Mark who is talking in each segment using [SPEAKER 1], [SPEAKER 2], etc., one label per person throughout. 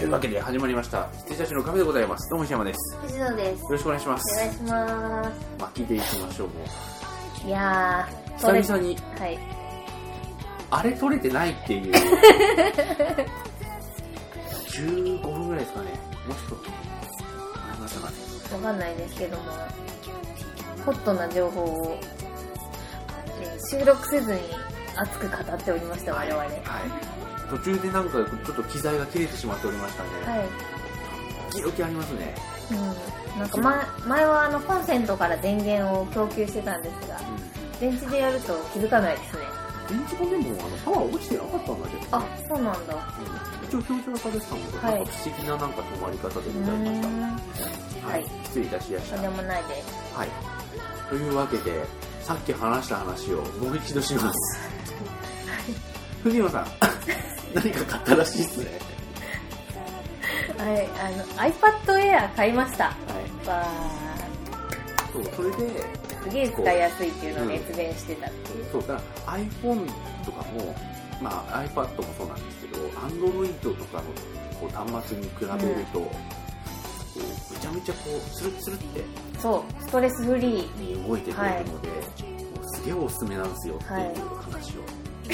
[SPEAKER 1] いうわけで始まりました羊たちのカフェでございますどうも石山ですよ
[SPEAKER 2] 藤野です。
[SPEAKER 1] ろしくお願いしま
[SPEAKER 2] お願
[SPEAKER 1] す
[SPEAKER 2] いしま
[SPEAKER 1] まあ聞いていきましょうもう
[SPEAKER 2] す。いやー、
[SPEAKER 1] 久々に
[SPEAKER 2] はい。
[SPEAKER 1] あれ撮れてないっていう15分ぐらいですかねもうちょっとありましたかね
[SPEAKER 2] わかんないですけども、ホットな情報を、えー収録せずに熱く語っておりました、我々。は。
[SPEAKER 1] はい途中でなんかちょっと機材が切れてしまっておりましたね、時々ありますね、
[SPEAKER 2] うん。なんか前、前はあの、コンセントから電源を供給してたんですが、
[SPEAKER 1] う
[SPEAKER 2] 電池でやると気づかないですね。
[SPEAKER 1] ん、電池もでもあのパワー落ちてなかったんだけど、ね、
[SPEAKER 2] あ、そうなんだ。
[SPEAKER 1] うん一応表示はされてたんだけど、
[SPEAKER 2] はい
[SPEAKER 1] なんか不思議ななんか止まり方で
[SPEAKER 2] う
[SPEAKER 1] ございまし
[SPEAKER 2] ーん。
[SPEAKER 1] た、
[SPEAKER 2] はい
[SPEAKER 1] 失礼いたしやした
[SPEAKER 2] とんでもないです。
[SPEAKER 1] はい。というわけで、さっき話した話をもう一度します。藤野さん、 何か買ったらしいですね。
[SPEAKER 2] はい、あの、iPad Air 買いました。
[SPEAKER 1] はい。
[SPEAKER 2] わ
[SPEAKER 1] そう、それで、
[SPEAKER 2] ー、すげえ使いやすいっていうのを熱弁してたっていう。
[SPEAKER 1] そう、だから iPhone とかも、まあ iPad もそうなんですけど、Android とかのこう端末に比べると、こうめちゃめちゃこう、スルッスルって
[SPEAKER 2] そう、ストレスフリー。
[SPEAKER 1] に動いてくれるので、もうすげえおすすめなんですよっていう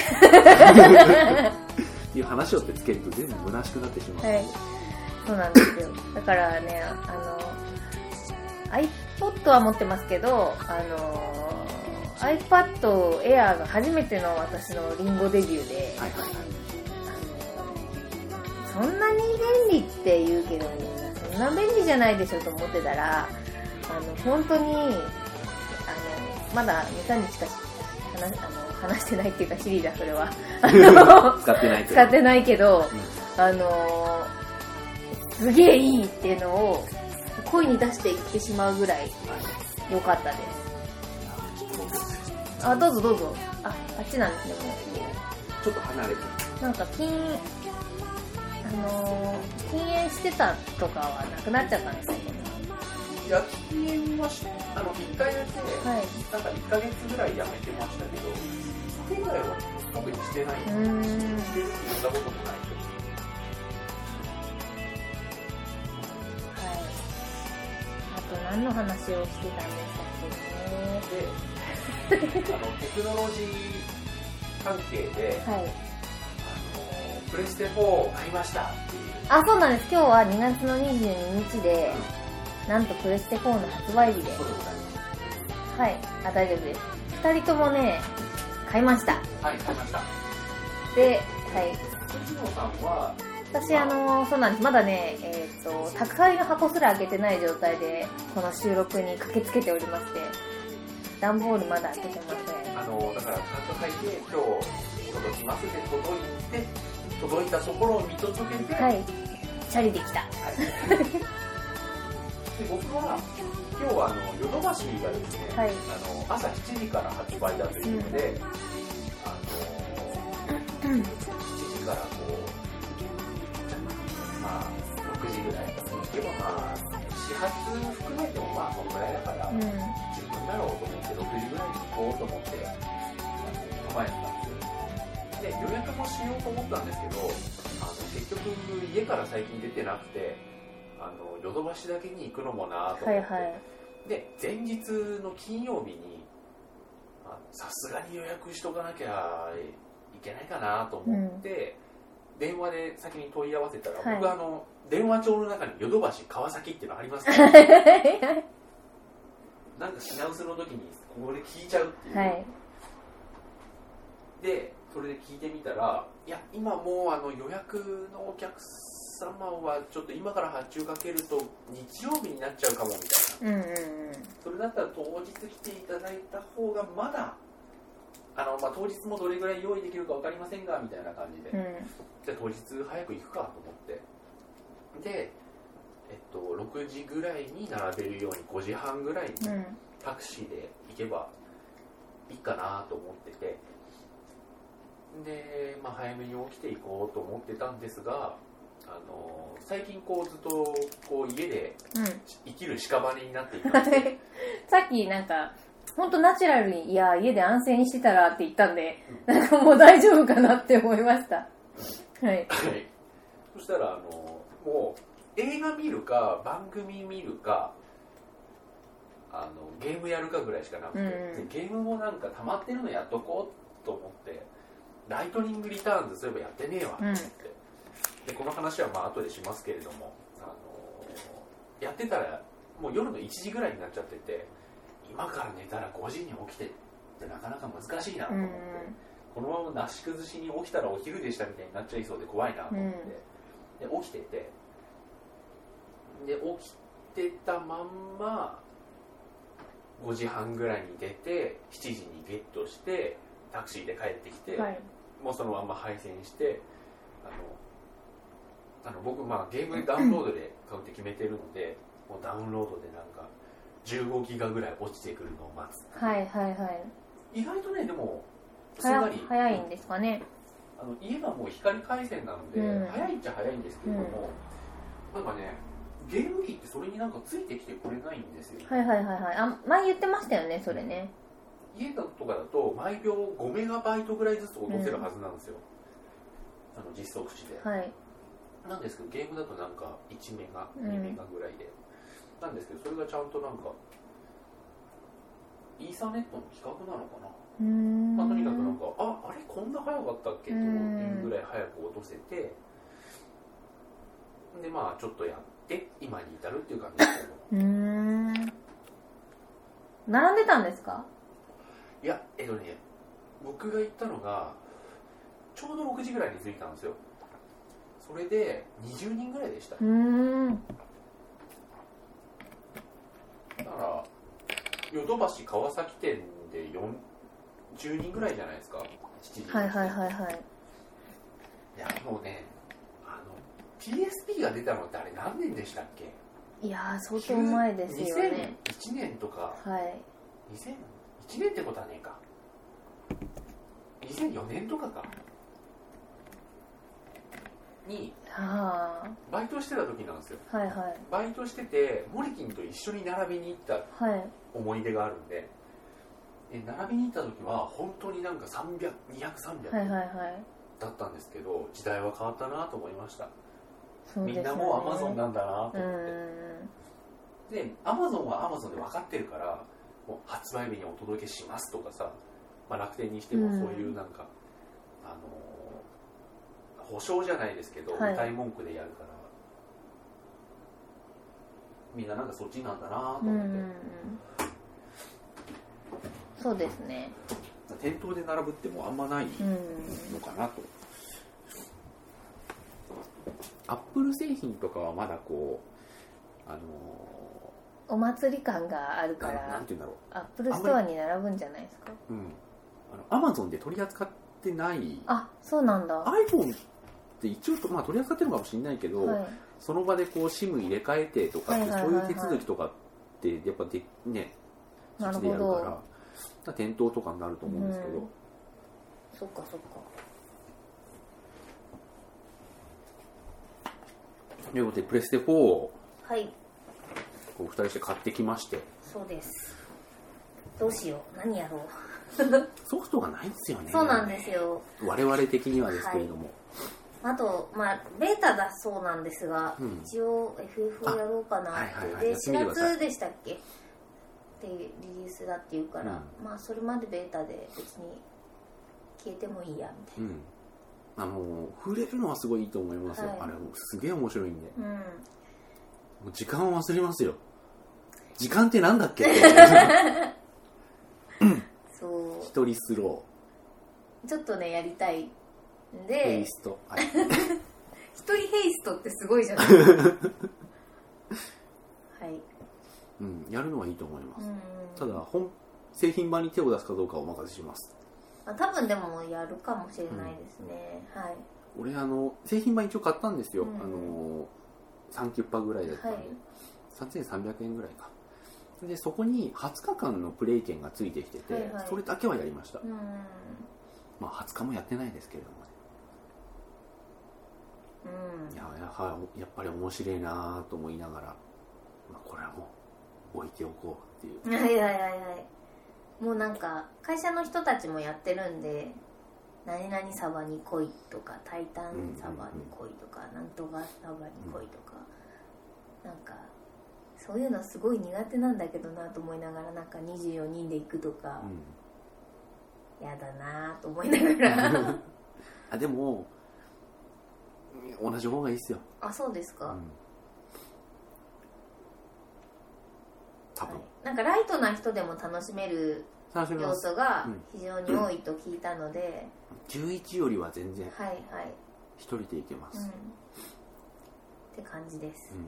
[SPEAKER 1] 話を。っていう話をってつけると全部虚しくなってしまうので、
[SPEAKER 2] はいそうなんですよ。だからね、あの、iPod は持ってますけど、あの、iPad Air が初めての私のリンゴデビューで、
[SPEAKER 1] はいはいはい。
[SPEAKER 2] あのそんなに便利って言うけどみんな、そんな便利じゃないでしょと思ってたら、あの、本当に、あの、まだ2、3日しか話あの話してないっていうかシリーだ、それは。あの
[SPEAKER 1] 使ってないという
[SPEAKER 2] 使ってないけど、
[SPEAKER 1] うん
[SPEAKER 2] あのー、すげえいいっていうのを声に出して言ってしまうぐらい良かったです。あ、どうぞどうぞ。あ、あっちなんですね、も
[SPEAKER 1] ちょっと離れて
[SPEAKER 2] う。なんか禁、あのー、禁煙してたとかはなくなっちゃったんですけ
[SPEAKER 1] いや禁煙はしあの一回だけ
[SPEAKER 2] ど。はい。
[SPEAKER 1] なんか1ヶ月ぐらいやめてましたけどそれ以外は特にしてない、
[SPEAKER 2] うーん。
[SPEAKER 1] してるって言ったこともないけど
[SPEAKER 2] はい。あと何の話をしてたんでし
[SPEAKER 1] であのテクノロジー
[SPEAKER 2] た
[SPEAKER 1] 関係で
[SPEAKER 2] っけね。はい。
[SPEAKER 1] あのプレステ4を買いましたっていう
[SPEAKER 2] あ、そうなんです。今日は2月の22日で、なんとプレステ4の発売日で。
[SPEAKER 1] ことでございます
[SPEAKER 2] はい、あ、大丈夫です。二人ともね、買いました。
[SPEAKER 1] はい買いました
[SPEAKER 2] で、はい。
[SPEAKER 1] 藤野さんは
[SPEAKER 2] 私、あの、そうなんです。まだね、えっ、と、宅配の箱すら開けてない状態で、この収録に駆けつけておりまして、段ボールまだ開けてませ
[SPEAKER 1] あのだからちゃんと書いて今日届きますで届いて届いたところを見届けて、
[SPEAKER 2] ん。はい。チャリで来た。
[SPEAKER 1] はい、で僕は今日はあのヨドバシがですね、
[SPEAKER 2] はい
[SPEAKER 1] あの朝7時から発売だというので、あの7時からこうまあ6時ぐらいかなでもまあ始発含めてもまあそんぐらいだから、
[SPEAKER 2] うん。
[SPEAKER 1] 自分だろうと思って6時ぐらいに行こうと思って構えてたんですよで予約もしようと思ったんですけどあの結局家から最近出てなくてあのヨドバシだけに行くのもなと
[SPEAKER 2] は
[SPEAKER 1] 思
[SPEAKER 2] い
[SPEAKER 1] って、
[SPEAKER 2] はい。
[SPEAKER 1] で前日の金曜日にあのさすがに予約しとかなきゃいけないかなと思って、電話で先に問い合わせたら、
[SPEAKER 2] はい
[SPEAKER 1] 僕あの電話帳の中にヨドバシ川崎っていうのありますか、 なんか品薄の時にここで聞いちゃうっていう、
[SPEAKER 2] はい。
[SPEAKER 1] でそれで聞いてみたらいや今もうあの予約のお客様はちょっと今から発注かけると日曜日になっちゃうかもみたいな
[SPEAKER 2] うんうんうん。
[SPEAKER 1] それだったら当日来ていただいた方がまだあの、まあ、当日もどれぐらい用意できるか分かりませんがみたいな感じで、
[SPEAKER 2] うん。
[SPEAKER 1] じゃあ当日早く行くかと思ってでえっと6時ぐらいに並べるように5時半ぐらいに
[SPEAKER 2] うん。
[SPEAKER 1] タクシーで行けばいいかなと思っててで、まあ、早めに起きていこうと思ってたんですがあの最近こうずっとこう家で
[SPEAKER 2] うん。
[SPEAKER 1] 生きる屍になっていたんで
[SPEAKER 2] はいさっきなんか、ほんとナチュラルに、いや、家で安静にしてたらって言ったんで、なんかもう大丈夫かなって思いました。はい。
[SPEAKER 1] はいそしたらあの構映画見るか番組見るかあのゲームやるかぐらいしかなくて、
[SPEAKER 3] うんうん
[SPEAKER 1] でゲームもなんか溜まってるのやっとこうと思ってライトニングリターンズそういえばやってねえわと思って、でこの話はまあ後でしますけれどもあのやってたらもう夜の1時ぐらいになっちゃってて今から寝たら5時に起きてってなかなか難しいなと
[SPEAKER 3] う
[SPEAKER 1] 思
[SPEAKER 3] ん
[SPEAKER 1] って、このままなし崩しに起きたらお昼でしたみたいになっちゃいそうで怖いなと思って、で起きててで起きてたまんま5時半ぐらいに出て7時にゲットしてタクシーで帰ってきて、
[SPEAKER 3] はい
[SPEAKER 1] もうそのまんま配線してあのあの僕まあゲームダウンロードで買うって決めてるのでもうダウンロードでなんか15ギガぐらい落ちてくるのを待つ
[SPEAKER 3] はいはいはい
[SPEAKER 1] 意外とねでもすんな
[SPEAKER 3] 早
[SPEAKER 1] り
[SPEAKER 3] 早いんですかね
[SPEAKER 1] あの家がもう光回線なので、
[SPEAKER 3] うん
[SPEAKER 1] 早いっちゃ早いんですけれども、なんかねゲーム機ってそれになんかついてきてくれないんですよ、
[SPEAKER 3] はいはいはいはいあ前言ってましたよねそれね
[SPEAKER 1] 家だとかだと毎秒5メガバイトぐらいずつ落とせるはずなんですよ、あの実測値で、
[SPEAKER 3] はい
[SPEAKER 1] なんですけどゲームだとなんか1メガ
[SPEAKER 3] うん
[SPEAKER 1] 2メガぐらいで、なんですけどそれがちゃんとなんかイーサネットの規格なのかな、
[SPEAKER 3] うーん
[SPEAKER 1] まあ、とにかくなんかああれこんな早かったっけというぐらい早く落とせてでまあちょっとやって今に至るっていう感じです
[SPEAKER 3] う
[SPEAKER 1] けど
[SPEAKER 3] ーん並んでたんですか
[SPEAKER 1] いやえっとね僕が行ったのがちょうど6時ぐらいに着いたんですよそれで20人ぐらいでした
[SPEAKER 3] うーん
[SPEAKER 1] だからヨドバシ川崎店で4 10人ぐらいじゃないですか7時
[SPEAKER 3] はいはいはいはい
[SPEAKER 1] いやもうねあの PSP が出たのってあれ何年でしたっけ
[SPEAKER 3] いやー相当前ですよね
[SPEAKER 1] 2001年とか
[SPEAKER 3] はい
[SPEAKER 1] 2001年ってことはねえか2004年とかかに
[SPEAKER 3] は
[SPEAKER 1] バイトしてた時なんですよ
[SPEAKER 3] あはいはい
[SPEAKER 1] バイトしててモリキンと一緒に並びに行った
[SPEAKER 3] はい
[SPEAKER 1] 思い出があるんでで並びに行った時は本当になんか300200
[SPEAKER 3] はいはい
[SPEAKER 1] 300
[SPEAKER 3] はい
[SPEAKER 1] だったんですけど、時代は変わったなと思いました、
[SPEAKER 3] そうで
[SPEAKER 1] み
[SPEAKER 3] すよ
[SPEAKER 1] ん
[SPEAKER 3] ね
[SPEAKER 1] なもう Amazon なんだなと
[SPEAKER 3] う
[SPEAKER 1] 思って、
[SPEAKER 3] ーん
[SPEAKER 1] で、アマゾンはアマゾンで分かってるから、もう発売日にお届けしますとかさ、まあ、楽天にしても
[SPEAKER 3] うん
[SPEAKER 1] そういうなんか、あのー保証じゃないですけど、
[SPEAKER 3] はい
[SPEAKER 1] 歌い文句でやるから、みんななんかそっちなんだな
[SPEAKER 3] うん
[SPEAKER 1] と
[SPEAKER 3] う
[SPEAKER 1] 思
[SPEAKER 3] ん
[SPEAKER 1] って、
[SPEAKER 3] うんそうですね
[SPEAKER 1] 店頭で並ぶってもうあんまない
[SPEAKER 3] うん
[SPEAKER 1] のかなと。アップル製品とかはまだこう、あの
[SPEAKER 3] お祭り感がある
[SPEAKER 1] ー
[SPEAKER 3] か
[SPEAKER 1] なな
[SPEAKER 3] ら
[SPEAKER 1] んて言うんだろう。
[SPEAKER 3] アップルストアに並ぶんじゃないですか
[SPEAKER 1] うん、あの Amazon で取り扱ってない
[SPEAKER 3] あそうなんだは
[SPEAKER 1] iPhone って一応、まあ、取り扱ってるのかもしれないけ
[SPEAKER 3] い
[SPEAKER 1] ど、その場でこう SIM 入れ替えてとかって、
[SPEAKER 3] はいはいはいはい
[SPEAKER 1] そういう手続きとかってやっぱでねそ
[SPEAKER 3] な
[SPEAKER 1] っ
[SPEAKER 3] る
[SPEAKER 1] ちでや
[SPEAKER 3] ほ
[SPEAKER 1] るからだ
[SPEAKER 3] ど
[SPEAKER 1] から店頭とかになると思うんですけど、
[SPEAKER 3] うんそっかそっか
[SPEAKER 1] ということでプレステ4を
[SPEAKER 2] はい、
[SPEAKER 1] こう2人して買ってきまして
[SPEAKER 2] そうです。どうしよう、何やろう。
[SPEAKER 1] ソフトがないんですよね
[SPEAKER 2] そうなんですよ。
[SPEAKER 1] 我々的にはですけれども、
[SPEAKER 2] あと、まあ、ベータだそうなんですが、
[SPEAKER 1] うん
[SPEAKER 2] 一応 FF をやろうかなって。
[SPEAKER 1] あはいはいはい
[SPEAKER 2] で、
[SPEAKER 1] やってみて
[SPEAKER 2] 4
[SPEAKER 1] ください
[SPEAKER 2] 月でしたっけってリリースだっていうから、まあ、それまでベータで別に消えてもいいや、みたい
[SPEAKER 1] うんあの触れるのはすごいいいと思いますよ、
[SPEAKER 2] はい
[SPEAKER 1] あれすげえ面白いんで
[SPEAKER 2] な。うん。
[SPEAKER 1] もう時間を忘れますよ。時間ってなんだっ け一
[SPEAKER 2] そ
[SPEAKER 1] 人スロ
[SPEAKER 2] う。ちょっとね、やりたいん
[SPEAKER 1] ー、ペ
[SPEAKER 2] で
[SPEAKER 1] イ、スト。はい
[SPEAKER 2] 一人ヘイストってすごいじ ゃないはい。
[SPEAKER 1] うん、やるのはいいと思いま
[SPEAKER 2] う
[SPEAKER 1] す。
[SPEAKER 2] ん。
[SPEAKER 1] ただ、本、製品版に手を出すかどうかはお任せします。
[SPEAKER 2] まあ、多分でもやるかもしれないですね、はい
[SPEAKER 1] 俺、あの、製品版一応買ったんですよ。
[SPEAKER 2] うん
[SPEAKER 1] あの、3キュッパぐらいだったんで、
[SPEAKER 2] はい
[SPEAKER 1] 3300円ぐらいか。で、そこに20日間のプレイ券がついてきてて、
[SPEAKER 2] はいはい
[SPEAKER 1] それだけはやりました。
[SPEAKER 2] うん
[SPEAKER 1] まあ、20日もやってないですけれどもね。
[SPEAKER 2] うん
[SPEAKER 1] いややはりやっぱり面白いなぁと思いながら、まあ、これはもう置いておこうっていう
[SPEAKER 2] はいはいはいはいもうなんか会社の人たちもやってるんで何々サバに来いとか、タイタンサバに来いとか、なんとかサバに来いとか、なんか、そういうのすごい苦手なんだけどなと思いながら、なんか24人で行くとか、やだなと思いなが ら。
[SPEAKER 1] あでも同じ方がいいっすよ、
[SPEAKER 2] あ、そうです
[SPEAKER 1] う
[SPEAKER 2] か。
[SPEAKER 1] ん、多分、
[SPEAKER 2] はいなんかライトな人でも楽しめる
[SPEAKER 1] 楽しみ
[SPEAKER 2] 要
[SPEAKER 1] ます
[SPEAKER 2] 素が
[SPEAKER 1] うん
[SPEAKER 2] 非常に多いと聞いたので、
[SPEAKER 1] 11よりは全然
[SPEAKER 2] はいはい、
[SPEAKER 1] 一人でいけま
[SPEAKER 2] うん、っ
[SPEAKER 1] す、
[SPEAKER 2] て感じです
[SPEAKER 1] うん、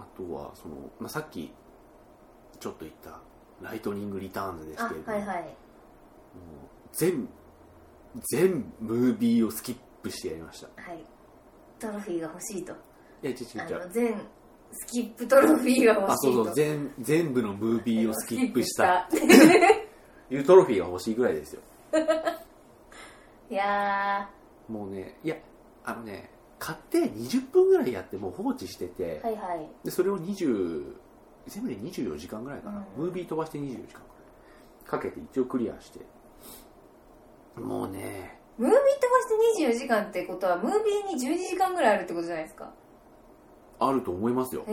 [SPEAKER 1] あとはその、まあ、さっきちょっと言ったライトニングリターンズです
[SPEAKER 2] あ
[SPEAKER 1] けれども、
[SPEAKER 2] はいはい
[SPEAKER 1] もう全全ムービーをスキップしてやりましたい
[SPEAKER 2] はいトロフィーが欲しいと
[SPEAKER 1] や違う
[SPEAKER 2] あ
[SPEAKER 1] 違う
[SPEAKER 2] の
[SPEAKER 1] 違う
[SPEAKER 2] 全スキップトロフィーが欲しいと
[SPEAKER 1] あそうそう全全部のムービーをスキップした
[SPEAKER 2] スキップ
[SPEAKER 1] いうトロフィーが欲しいぐらいですよ
[SPEAKER 2] したいや
[SPEAKER 1] もうねいやあのね買って20分ぐらいやってもう放置してて、
[SPEAKER 2] ーはいはい
[SPEAKER 1] でそれを20全部で24時間ぐらいかな、
[SPEAKER 2] うん
[SPEAKER 1] ムービー飛ばして24時間かけて一応クリアしてもうね
[SPEAKER 2] ムービー飛ばして24時間ってことはムービーに12時間ぐらいあるってことじゃないですか
[SPEAKER 1] あると思いますよ
[SPEAKER 2] へ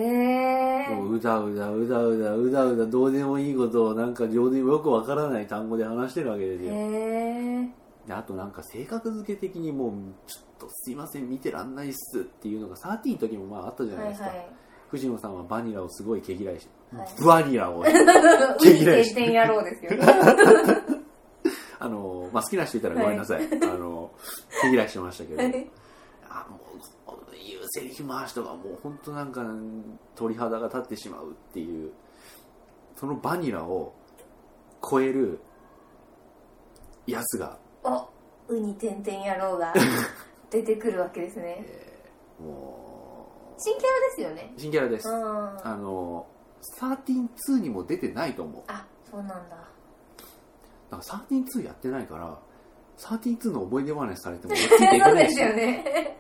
[SPEAKER 2] え
[SPEAKER 1] もううだうだうだうだうだうだどうでもいいことをなんか上手によくわからない単語で話してるわけです
[SPEAKER 2] へ
[SPEAKER 1] よ
[SPEAKER 2] え
[SPEAKER 1] であとなんか性格付け的にもうちょっとすいません見てらんないっすっていうのが13の時もまああったじゃな
[SPEAKER 2] はいい
[SPEAKER 1] ですか、
[SPEAKER 2] はい
[SPEAKER 1] 藤野さんはバニラをすごい毛嫌いして、
[SPEAKER 2] はい
[SPEAKER 1] バニラ を
[SPEAKER 2] ウィー経験野郎ですよね
[SPEAKER 1] あの、まあ、好きな人いたらごめんなさい、あの毛嫌いしてましたけどあもうこういうセリフ回しとかもう本当なんか鳥肌が立ってしまうっていうそのバニラを超えるやつが
[SPEAKER 2] おウニてんてん野郎が出てくるわけですね
[SPEAKER 1] も
[SPEAKER 2] 新キャラですよね
[SPEAKER 1] う新キャラです、
[SPEAKER 2] うん
[SPEAKER 1] あの132にも出てないと思う
[SPEAKER 2] あそうなんだ
[SPEAKER 1] だから132やってないから132の思い出話されても俺ついてい か
[SPEAKER 2] そう
[SPEAKER 1] な
[SPEAKER 2] で
[SPEAKER 1] いし
[SPEAKER 2] すよね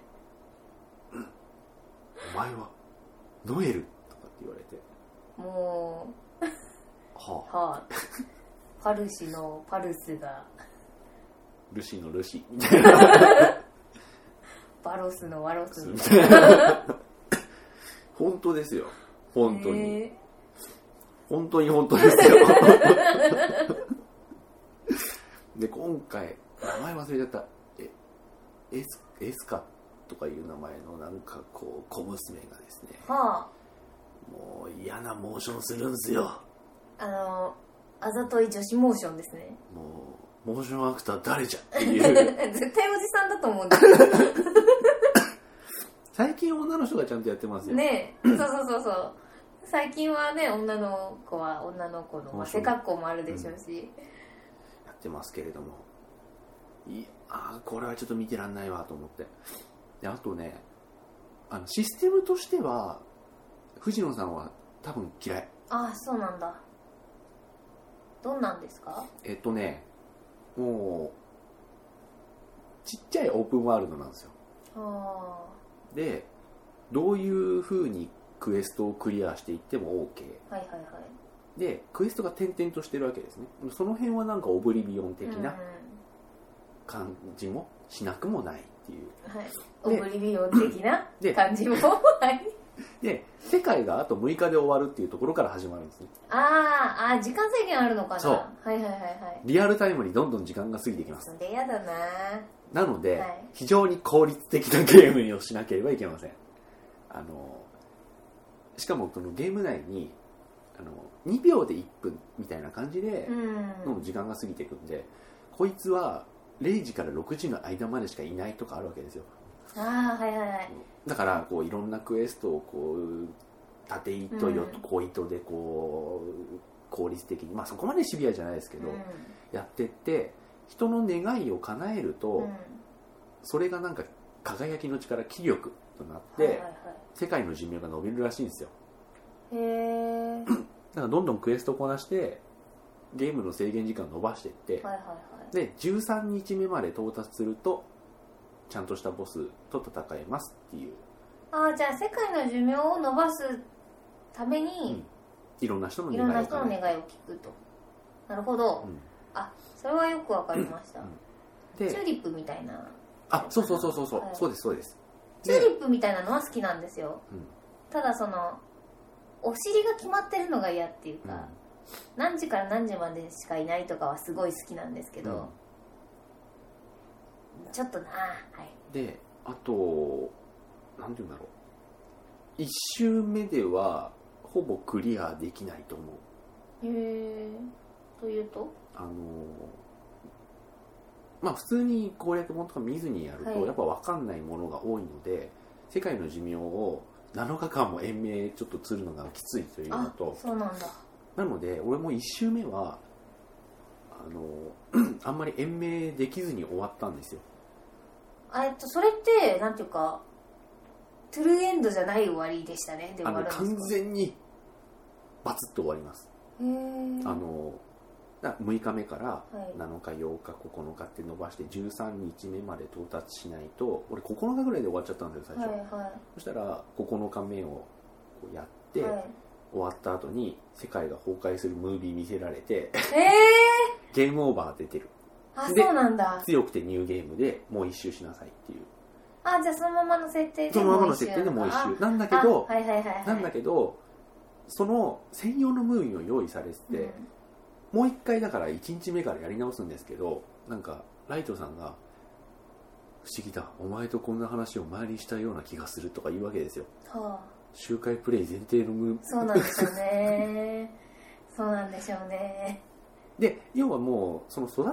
[SPEAKER 1] お前はノエルとかって言われて
[SPEAKER 2] も
[SPEAKER 1] は
[SPEAKER 2] う
[SPEAKER 1] あ
[SPEAKER 2] は あパルシのパルスが
[SPEAKER 1] ルシーのルシーみたいな
[SPEAKER 2] バロスのワロス
[SPEAKER 1] 本当ですよ本当に、
[SPEAKER 2] へ
[SPEAKER 1] 本当に本当ですよで今回名前忘れちゃったえエスエスカとかいう名前のなんかこう小娘がですね
[SPEAKER 2] えは
[SPEAKER 1] もう嫌なモーションするんすよ
[SPEAKER 2] ああのあざとい女子モーションですね
[SPEAKER 1] もうモーションアクター誰じゃっていう
[SPEAKER 2] 絶対おじさんだと思うんですよ
[SPEAKER 1] 最近女の人がちゃんとやってますよ、
[SPEAKER 2] ねえそうそうそうそう最近はね女の子は女の子の、まあ、背格好もあるでしょうし、
[SPEAKER 1] やってますけれどもいやーこれはちょっと見てらんないわと思ってであとねあのシステムとしては藤野さんは多分嫌い
[SPEAKER 2] ああそうなんだどんなんですか
[SPEAKER 1] えっとねもうちっちゃいオープンワールドなんですよ
[SPEAKER 2] あ
[SPEAKER 1] でどういう風にクエストをクリアしていっても OK
[SPEAKER 2] あはいはいはい
[SPEAKER 1] でクエストが点々としてるわけですねその辺はなんかオブリビオン的
[SPEAKER 2] う
[SPEAKER 1] なん感じもしなくもないっていう
[SPEAKER 2] はい、オブリビオン的な
[SPEAKER 1] で
[SPEAKER 2] 感 じもはい
[SPEAKER 1] で世界があと6日で終わるっていうところから始まるんですね
[SPEAKER 2] あーあー時間制限あるのかな
[SPEAKER 1] そう
[SPEAKER 2] はいはいはいはい
[SPEAKER 1] リアルタイムにどんどん時間が過ぎていきます
[SPEAKER 2] それやだな
[SPEAKER 1] なので、
[SPEAKER 2] はい
[SPEAKER 1] 非常に効率的なゲームをしなければいけませんあのしかもこのゲーム内にあの2秒で1分みたいな感じで
[SPEAKER 2] う、ん
[SPEAKER 1] どんどん時間が過ぎていくんでこいつは0時から6時の間までしかいないとかあるわけですよ
[SPEAKER 2] ああはいはいはい
[SPEAKER 1] だからこういろんなクエストをこう縦糸よ
[SPEAKER 2] うん
[SPEAKER 1] 小糸でこう効率的にまあそこまでシビアじゃないですけど、
[SPEAKER 2] う
[SPEAKER 1] やってって人の願いを叶えると、
[SPEAKER 2] んうん
[SPEAKER 1] それがなんか輝きの力気力となって、
[SPEAKER 2] はいはいはい
[SPEAKER 1] 世界の寿命が伸びるらしいんですよ
[SPEAKER 2] へえ
[SPEAKER 1] だからどんどんクエストこなしてゲームの制限時間伸ばしていって、
[SPEAKER 2] はいはいはい
[SPEAKER 1] で13日目まで到達するとちゃんとしたボスと戦えますっていう
[SPEAKER 2] ああじゃあ世界の寿命を伸ばすために、
[SPEAKER 1] いろんな人の
[SPEAKER 2] い
[SPEAKER 1] 願
[SPEAKER 2] ろん
[SPEAKER 1] い
[SPEAKER 2] な
[SPEAKER 1] を
[SPEAKER 2] 人の
[SPEAKER 1] 叶え
[SPEAKER 2] 願いを聞くとなるほど、
[SPEAKER 1] うん
[SPEAKER 2] あそれはよくわかりました、チュー
[SPEAKER 1] で
[SPEAKER 2] リップみたいな
[SPEAKER 1] あそうそうそうそうそう、
[SPEAKER 2] はい
[SPEAKER 1] そうですそうです
[SPEAKER 2] チューリ
[SPEAKER 1] で
[SPEAKER 2] ップみたいなのは好きなんですよ
[SPEAKER 1] うん
[SPEAKER 2] ただそのお尻が決まってるのが嫌っていうか、何時から何時までしかいないとかはすごい好きなんですけ
[SPEAKER 1] うん
[SPEAKER 2] ど、ちょっとなはい
[SPEAKER 1] であとなんて言うんだろう1周目ではほぼクリアできないと思う
[SPEAKER 2] へえというと
[SPEAKER 1] あのーまあ普通に攻略本とか見ずにやると、
[SPEAKER 2] はい
[SPEAKER 1] やっぱ分かんないものが多いので世界の寿命を7日間も延命ちょっとつるのがきついというの
[SPEAKER 2] あ
[SPEAKER 1] と
[SPEAKER 2] そうなんだ
[SPEAKER 1] なので俺も1周目はあのー あんまり延命できずに終わったんですよ
[SPEAKER 2] あえっとそれってなんていうかトゥルーエンドじゃない終わりでしたねで終
[SPEAKER 1] あ
[SPEAKER 2] わ
[SPEAKER 1] の
[SPEAKER 2] るんですか
[SPEAKER 1] 完全にバツッと終わります、
[SPEAKER 2] へー
[SPEAKER 1] あのーだ6日目から
[SPEAKER 2] はい
[SPEAKER 1] 7日8日9日って伸ばして13日目まで到達しないと俺9日ぐらいで終わっちゃったんですよ最
[SPEAKER 2] は
[SPEAKER 1] 初、
[SPEAKER 2] いは
[SPEAKER 1] そしたら9日目をこうやっ
[SPEAKER 2] い
[SPEAKER 1] て、
[SPEAKER 2] はい
[SPEAKER 1] 終わった後に世界が崩壊するムービー見せられて
[SPEAKER 2] え
[SPEAKER 1] ゲームオーバー出てる
[SPEAKER 2] ー、あ
[SPEAKER 1] で
[SPEAKER 2] そうなんだ
[SPEAKER 1] 強くてニューゲームでもう一周しなさいっていう
[SPEAKER 2] あじゃあそのままの設定で
[SPEAKER 1] そのままの
[SPEAKER 2] 一周
[SPEAKER 1] 設定でもう一
[SPEAKER 2] あ
[SPEAKER 1] 周なんだけ
[SPEAKER 2] あ
[SPEAKER 1] ど、
[SPEAKER 2] はいはいはいはい
[SPEAKER 1] なんだけどその専用のムービーを用意されてて、
[SPEAKER 2] うん
[SPEAKER 1] もう一回だから1日目からやり直すんですけどなんかライトさんが「不思議だお前とこんな話を前にしたような気がする」とか言うわけですよ
[SPEAKER 2] はあ
[SPEAKER 1] 周回プレイ前提のムービー
[SPEAKER 2] そうなんでしょうね そうなんでしょうね
[SPEAKER 1] で要はもうその育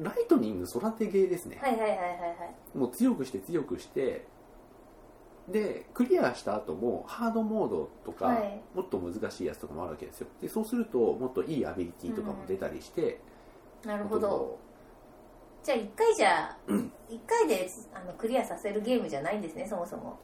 [SPEAKER 1] ライトニング育てゲーですね、
[SPEAKER 2] はいはいはいはい
[SPEAKER 1] もう強くして強くしてでクリアした後もハードモードとか、
[SPEAKER 2] はいはい
[SPEAKER 1] もっと難しいやつとかもあるわけですよでそうするともっといいアビリティとかも出たりして、
[SPEAKER 2] なる
[SPEAKER 1] もっ
[SPEAKER 2] ほ
[SPEAKER 1] と
[SPEAKER 2] どじゃあ1回じゃ一回であのクリアさせるゲームじゃないんですねそもそも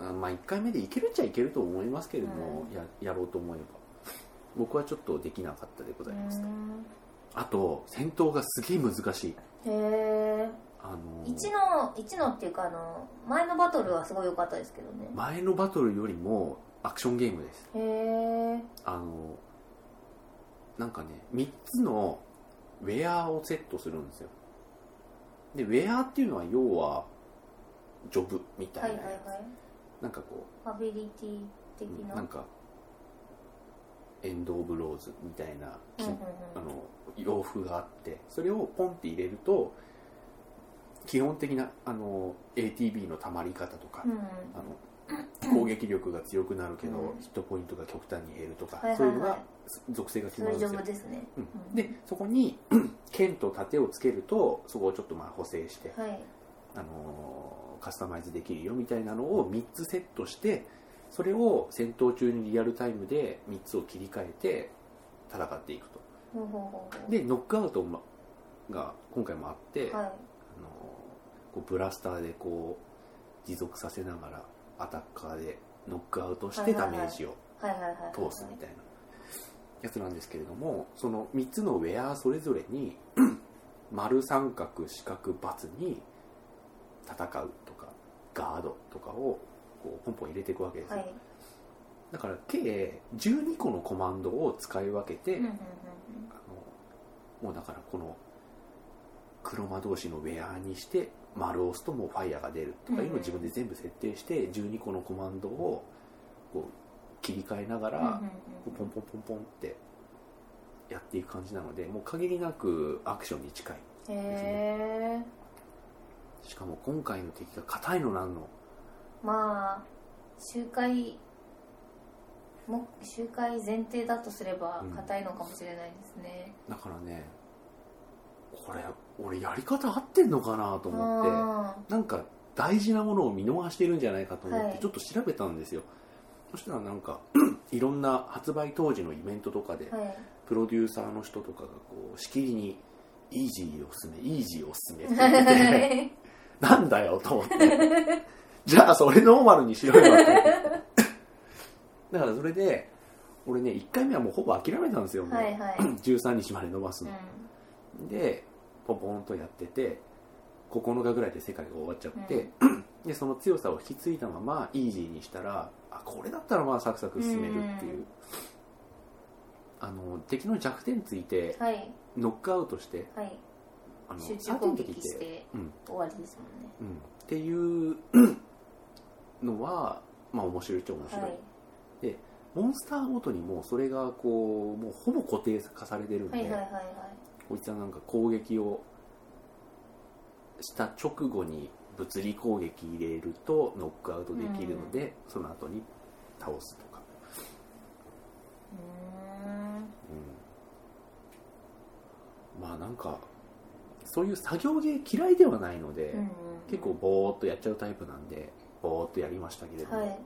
[SPEAKER 1] あまあ1回目でいけるっちゃいけると思いますけれども、ややろうと思えば 僕はちょっとできなかったでご
[SPEAKER 2] う
[SPEAKER 1] ざいます、
[SPEAKER 2] ん
[SPEAKER 1] あと戦闘がすげえ難しい
[SPEAKER 2] へえ
[SPEAKER 1] あのー
[SPEAKER 2] 一の一のっていうかあの前のバトルはすごい良かったですけどね
[SPEAKER 1] 前のバトルよりもアクションゲームです
[SPEAKER 2] へえ
[SPEAKER 1] あのなんかね3つのウェアをセットするんですよでウェアっていうのは要はジョブみた
[SPEAKER 2] はい
[SPEAKER 1] い
[SPEAKER 2] は
[SPEAKER 1] ないやつ、
[SPEAKER 2] はい
[SPEAKER 1] なんかこ
[SPEAKER 2] アビリティ
[SPEAKER 1] う
[SPEAKER 2] 的
[SPEAKER 1] うん
[SPEAKER 2] な
[SPEAKER 1] なんかエンド・オブ・ローズみたいな、
[SPEAKER 2] うん
[SPEAKER 1] き
[SPEAKER 2] うんうん
[SPEAKER 1] あの洋服があってそれをポンって入れると基本的なあの ATB のたまり方とか、
[SPEAKER 2] うんうん
[SPEAKER 1] あの攻撃力が強くなるけど、
[SPEAKER 2] うん
[SPEAKER 1] ヒットポイントが極端に減るとか、
[SPEAKER 2] はいはいはい
[SPEAKER 1] そういうのが属性が決
[SPEAKER 2] そ
[SPEAKER 1] ま
[SPEAKER 2] れ
[SPEAKER 1] るん
[SPEAKER 2] 丈
[SPEAKER 1] ですよ
[SPEAKER 2] 夫ですね
[SPEAKER 1] うん
[SPEAKER 2] うん
[SPEAKER 1] でそこに 剣と盾をつけるとそこをちょっとまあ補正して、
[SPEAKER 2] はい
[SPEAKER 1] あのーカスタマイズできるよみたいなのを3つセットしてそれを戦闘中にリアルタイムで3つを切り替えて戦っていくと
[SPEAKER 2] ほうほうほうほう
[SPEAKER 1] でノックアウトもが今回もあって、あの
[SPEAKER 2] はい
[SPEAKER 1] ーこうブラスターでこう持続させながらアタッカーでノックアウトしてダメージを
[SPEAKER 2] はいはいはい
[SPEAKER 1] 通すみたいなやつなんですけれどもその3つのウェアそれぞれに 丸三角四角×に戦うとかガードとかをこうポンポン入れていくわけですよ、
[SPEAKER 2] はい
[SPEAKER 1] だから計12個のコマンドを使い分けて、
[SPEAKER 2] うんうんうん
[SPEAKER 1] あのもうだからこの黒魔同士のウェアにして丸を押すともうファイヤーが出るとかいうのを自分で全部設定して12個のコマンドをこう切り替えなが
[SPEAKER 2] うんうん
[SPEAKER 1] ら
[SPEAKER 2] うん
[SPEAKER 1] ポンポンポンポンってやっていく感じなのでもう限りなくアクションに近い
[SPEAKER 2] へえ
[SPEAKER 1] しかも今回の敵が硬いのなんの
[SPEAKER 2] まあ周回も周回前提だとすれば
[SPEAKER 1] うん
[SPEAKER 2] 硬いのかもしれないですね、
[SPEAKER 1] だからねこれ俺やり方合ってんのかなと
[SPEAKER 2] うん、
[SPEAKER 1] 思って
[SPEAKER 2] は
[SPEAKER 1] なんか大事なものを見逃してるんじゃないかと思っ
[SPEAKER 2] は
[SPEAKER 1] て
[SPEAKER 2] い
[SPEAKER 1] ちょっと調べたんですよ、そしたらなんか いろんな発売当時のイベントとかで
[SPEAKER 2] い
[SPEAKER 1] プロデューサーの人とかがこうしきりに「イージーおすすめイージーおすすめ」って言ってて なんだよと思って。じゃあ、それノーマルにしろよって。 だからそれで、俺ね、1回目はもうほぼ諦めたんですよ、もう。
[SPEAKER 2] はいはい、
[SPEAKER 1] 13日まで伸ばす
[SPEAKER 2] うん
[SPEAKER 1] の。で、ポンポンとやってて、9日ぐらいで世界が終わっちゃって、 で、その強さを引き継いだまま、イージーにしたら、あ、これだったらまあサクサク進めるっていうあの敵の弱点ついて
[SPEAKER 2] はい
[SPEAKER 1] ノックアウトして
[SPEAKER 2] はい
[SPEAKER 1] あの
[SPEAKER 2] 集
[SPEAKER 1] サ
[SPEAKER 2] 中
[SPEAKER 1] ー
[SPEAKER 2] 攻
[SPEAKER 1] ティン時
[SPEAKER 2] 撃
[SPEAKER 1] っ、
[SPEAKER 2] してて
[SPEAKER 1] うん
[SPEAKER 2] 終わりですもんね
[SPEAKER 1] うん、っていう のはまあ面白いっちゃ面白い、
[SPEAKER 2] はい
[SPEAKER 1] モンスターごとにもうそれがこうもうほぼ固定化されてるんで、
[SPEAKER 2] はいはいはいはい
[SPEAKER 1] こいつはなんか攻撃をした直後に物理攻撃入れるとノックアウトできるので、その後に倒すとか、
[SPEAKER 2] うーん
[SPEAKER 1] うん、まあなんかそういう作業芸嫌いではないので、
[SPEAKER 2] うんうん
[SPEAKER 1] 結構ボーっとやっちゃうタイプなんでボーっとやりましたけれど
[SPEAKER 2] は
[SPEAKER 1] も、
[SPEAKER 2] い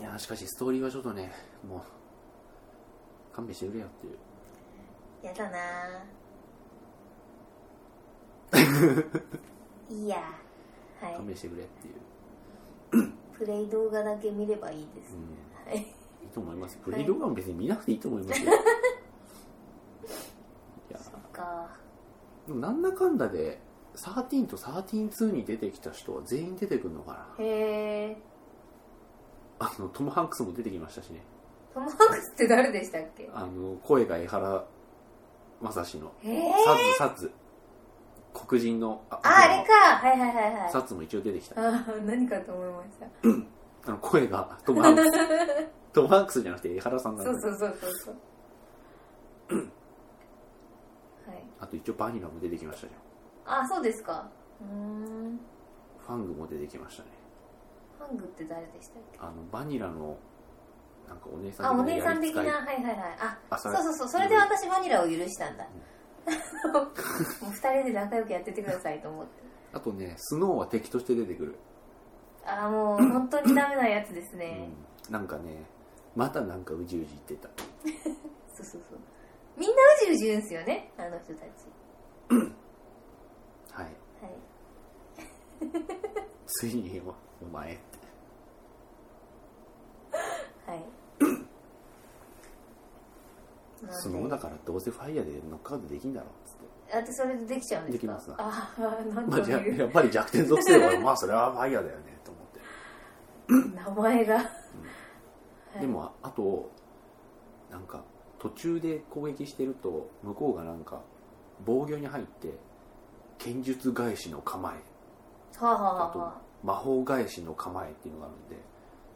[SPEAKER 1] いやしかしストーリーはちょっとねもう勘弁してくれよっていう
[SPEAKER 2] や だなぁいいやはい
[SPEAKER 1] 勘弁してくれっていう、
[SPEAKER 2] プレイ動画だけ見ればいいです、
[SPEAKER 1] う
[SPEAKER 2] は
[SPEAKER 1] ん
[SPEAKER 2] い
[SPEAKER 1] いいと思いますプレイ動画も別に見なくていいと思いますよ、いや
[SPEAKER 2] そっか
[SPEAKER 1] でもなんだかんだで13と132に出てきた人は全員出てくるのかな
[SPEAKER 2] へえ
[SPEAKER 1] あのトム・ハンクスも出てきましたしね
[SPEAKER 2] トム・ハンクスって誰でしたっけ
[SPEAKER 1] あの声が江原正史の
[SPEAKER 2] へえ
[SPEAKER 1] サツサツ黒人のあ
[SPEAKER 2] ああれかはいはいはいはい
[SPEAKER 1] サツも一応出てきた
[SPEAKER 2] ああ何かと思いました
[SPEAKER 1] あの声がトム・ハ ンクストム・ハンクスじゃなくて江原さんなん
[SPEAKER 2] そう
[SPEAKER 1] で
[SPEAKER 2] そうそうそうそうはい
[SPEAKER 1] あと一応バニラも出てきましたね
[SPEAKER 2] あそうですかうーん
[SPEAKER 1] ファングも出てきましたね
[SPEAKER 2] ハングって誰でしたっけ
[SPEAKER 1] あのバニラのなんかお姉さ
[SPEAKER 2] あ
[SPEAKER 1] ん
[SPEAKER 2] お
[SPEAKER 1] 的
[SPEAKER 2] 姉さん
[SPEAKER 1] なやり
[SPEAKER 2] 的な
[SPEAKER 1] 使い
[SPEAKER 2] はいはいはいあ
[SPEAKER 1] あ
[SPEAKER 2] そ
[SPEAKER 1] そうれ
[SPEAKER 2] そうそうそれで私バニラを許したんだ もう二人で仲良くやっててくださいと思って
[SPEAKER 1] あとねスノーは敵として出てくる
[SPEAKER 2] ああもう本当にダメなやつですね、
[SPEAKER 1] うん、なんかねまたなんかうじうじ言ってた
[SPEAKER 2] そうそうそうみんなうじうじ言うんですよねあの人たち
[SPEAKER 1] はい
[SPEAKER 2] はい
[SPEAKER 1] ついにおお前って
[SPEAKER 2] はい。なんで
[SPEAKER 1] スノーだからどうせファイヤーでノックアウトできんだろっつっ
[SPEAKER 2] だってそれでできちゃうんですか
[SPEAKER 1] できます
[SPEAKER 2] ああ、なん
[SPEAKER 1] て、まあ、
[SPEAKER 2] と
[SPEAKER 1] じゃあ
[SPEAKER 2] い
[SPEAKER 1] や
[SPEAKER 2] う
[SPEAKER 1] っぱり弱点属性 はまあそれはファイヤーだよねと思って
[SPEAKER 2] 名前が。はい
[SPEAKER 1] でもああとなんか途中で攻撃してると向こうがなんか防御に入って剣術返しの構え
[SPEAKER 2] はあ、はあ
[SPEAKER 1] あ
[SPEAKER 2] はあはあ、
[SPEAKER 1] と魔法返しの構えっていうのがあるんで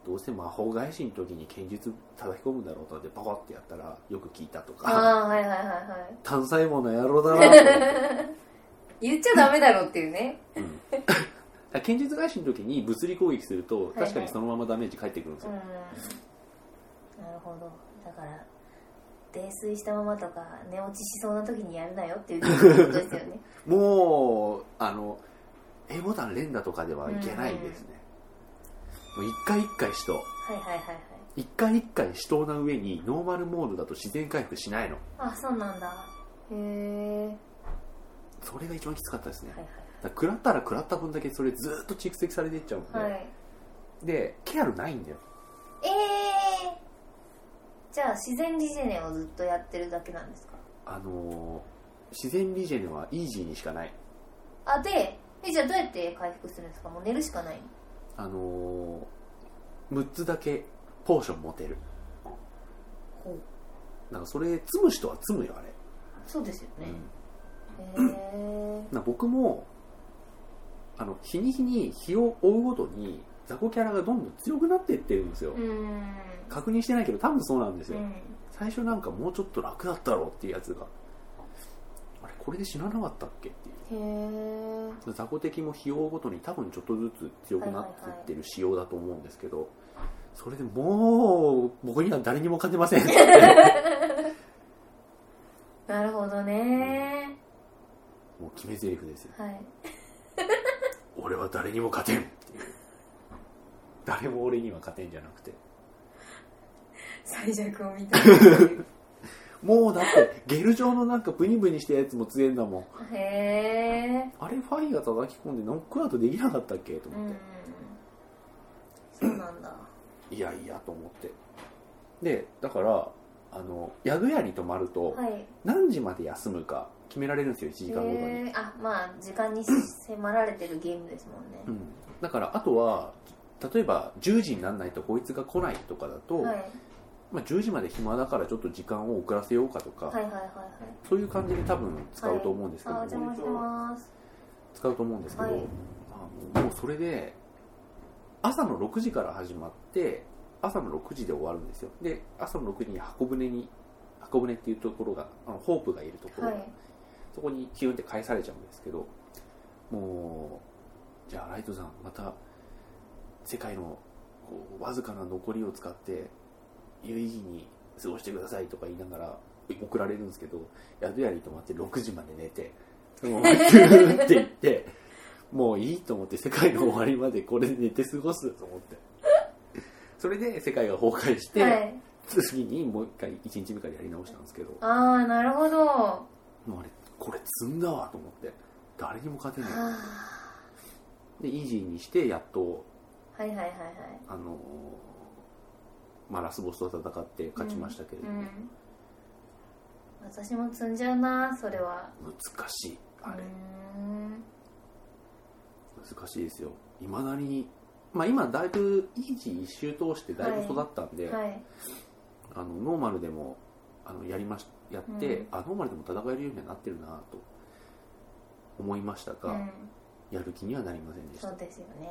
[SPEAKER 1] どうせ魔法返しの時に剣術叩き込むんだろうと思ってパコってやったらよく効いたと
[SPEAKER 2] あ
[SPEAKER 1] か
[SPEAKER 2] あ、はいはいはいは
[SPEAKER 1] 単細胞の野郎だ なと思って
[SPEAKER 2] い。言っちゃダメだろうっていうね。
[SPEAKER 1] うんだから剣術返しの時に物理攻撃すると
[SPEAKER 2] いはい
[SPEAKER 1] 確かにそのままダメージ返ってくるんです
[SPEAKER 2] うん
[SPEAKER 1] よ、。
[SPEAKER 2] なるほど。だから、泥酔したままとか、寝落ちしそうな時にやるなよっていう ことですよね。
[SPEAKER 1] もうあの A ボタン連打とかではいけないですね、もう一回一回死闘
[SPEAKER 2] はいはいはいはい。
[SPEAKER 1] 一回一回死闘な上にノーマルモードだと自然回復しないの
[SPEAKER 2] あ、そうなんだ。へえ。
[SPEAKER 1] それが一番きつかったですね、
[SPEAKER 2] はい
[SPEAKER 1] だから食らったら食らった分だけそれずっと蓄積されていっちゃうんで、
[SPEAKER 2] はい。はい。
[SPEAKER 1] でケアルないんだよ
[SPEAKER 2] ええー。じゃあ、自然リジェネをずっとやってるだけなんですか
[SPEAKER 1] あのー自然リジェネはイージーにしかない
[SPEAKER 2] あでえじゃあどうやって回復するんですかもう寝るしかないの
[SPEAKER 1] あのー、6つだけポーション持てる
[SPEAKER 2] ほう
[SPEAKER 1] なんかそれ積む人は積むよあれ、
[SPEAKER 2] そうですよね
[SPEAKER 1] うん、
[SPEAKER 2] へ
[SPEAKER 1] なんか僕もあの日に日に日を追うごとに雑魚キャラがどんどん強くなっていってるんですよ、
[SPEAKER 2] えうん
[SPEAKER 1] 確認してないけど多分そうなんです
[SPEAKER 2] う
[SPEAKER 1] よ、
[SPEAKER 2] ん
[SPEAKER 1] 最初なんかもうちょっと楽だったろうっていうやつがあれこれで死ななかったっけっていう
[SPEAKER 2] へえ
[SPEAKER 1] 雑魚敵も費用ごとに多分ちょっとずつ強くなってってる仕様だと思うんですけど、それでもう僕には誰にも勝てま せん
[SPEAKER 2] なるほどね
[SPEAKER 1] もう決め台詞ですよ
[SPEAKER 2] はい
[SPEAKER 1] 俺は誰にも勝てんっていう誰も俺には勝てんじゃなくて
[SPEAKER 2] 最弱を見 たへ
[SPEAKER 1] もうだってゲル状のなんかブニブニしたやつも強えんだもん
[SPEAKER 2] え
[SPEAKER 1] あれファイヤー叩き込んでノックアウトできなかったっけと
[SPEAKER 2] う
[SPEAKER 1] 思って、
[SPEAKER 2] んそうなんだ
[SPEAKER 1] いやいやと思ってでだからあの宿屋に泊まると
[SPEAKER 2] はい
[SPEAKER 1] 何時まで休むか決められるんですよ1時間ごとに、
[SPEAKER 2] へえあまあ時間に迫られてるゲームですもんね
[SPEAKER 1] うん、だからあとは例えば10時にならないとこいつが来ないとかだと、
[SPEAKER 2] はい
[SPEAKER 1] まあ、10時まで暇だからちょっと時間を遅らせようかとか、
[SPEAKER 2] はいはいはいはい
[SPEAKER 1] そういう感じで多分使うと思うんです
[SPEAKER 2] あ
[SPEAKER 1] けど、
[SPEAKER 2] お邪魔します
[SPEAKER 1] 使うと思うんですけど、
[SPEAKER 2] はい
[SPEAKER 1] あのもうそれで朝の6時から始まって朝の6時で終わるんですよで朝の6時に箱舟に箱舟っていうところがあのホープがいるところ、
[SPEAKER 2] はい
[SPEAKER 1] そこに気運って返されちゃうんですけどもうじゃあライトさんまた世界のこうわずかな残りを使って有意義に過ごしてくださいとか言いながら送られるんですけど宿屋に泊まって6時まで寝てもうふーって言ってもういいと思って世界の終わりまでこれで寝て過ごすと思ってそれで世界が崩壊して、
[SPEAKER 2] はい
[SPEAKER 1] 次にもう一回1日目からやり直したんですけど
[SPEAKER 2] ああなるほどは
[SPEAKER 1] もうあれこれ積んだわと思って誰にも勝てない
[SPEAKER 2] あ
[SPEAKER 1] でイージーにしてやっと
[SPEAKER 2] はいはいはいはい
[SPEAKER 1] あのーまあ、ラスボスと戦って勝ちましたけれ
[SPEAKER 2] う
[SPEAKER 1] ど、
[SPEAKER 2] ん私も積んじゃうなそれは
[SPEAKER 1] 難しいあれ
[SPEAKER 2] うーん
[SPEAKER 1] 難しいですよいまだにまあ今だいぶイージー一周通してだいぶ育ったんで、
[SPEAKER 2] はい
[SPEAKER 1] あのノーマルでもあのやりましやって、
[SPEAKER 2] うん
[SPEAKER 1] あノーマルでも戦えるようにはなってるなと思いました
[SPEAKER 2] う
[SPEAKER 1] が、
[SPEAKER 2] ん
[SPEAKER 1] やる気にはなりませんでした
[SPEAKER 2] そ
[SPEAKER 1] だ
[SPEAKER 2] うですよね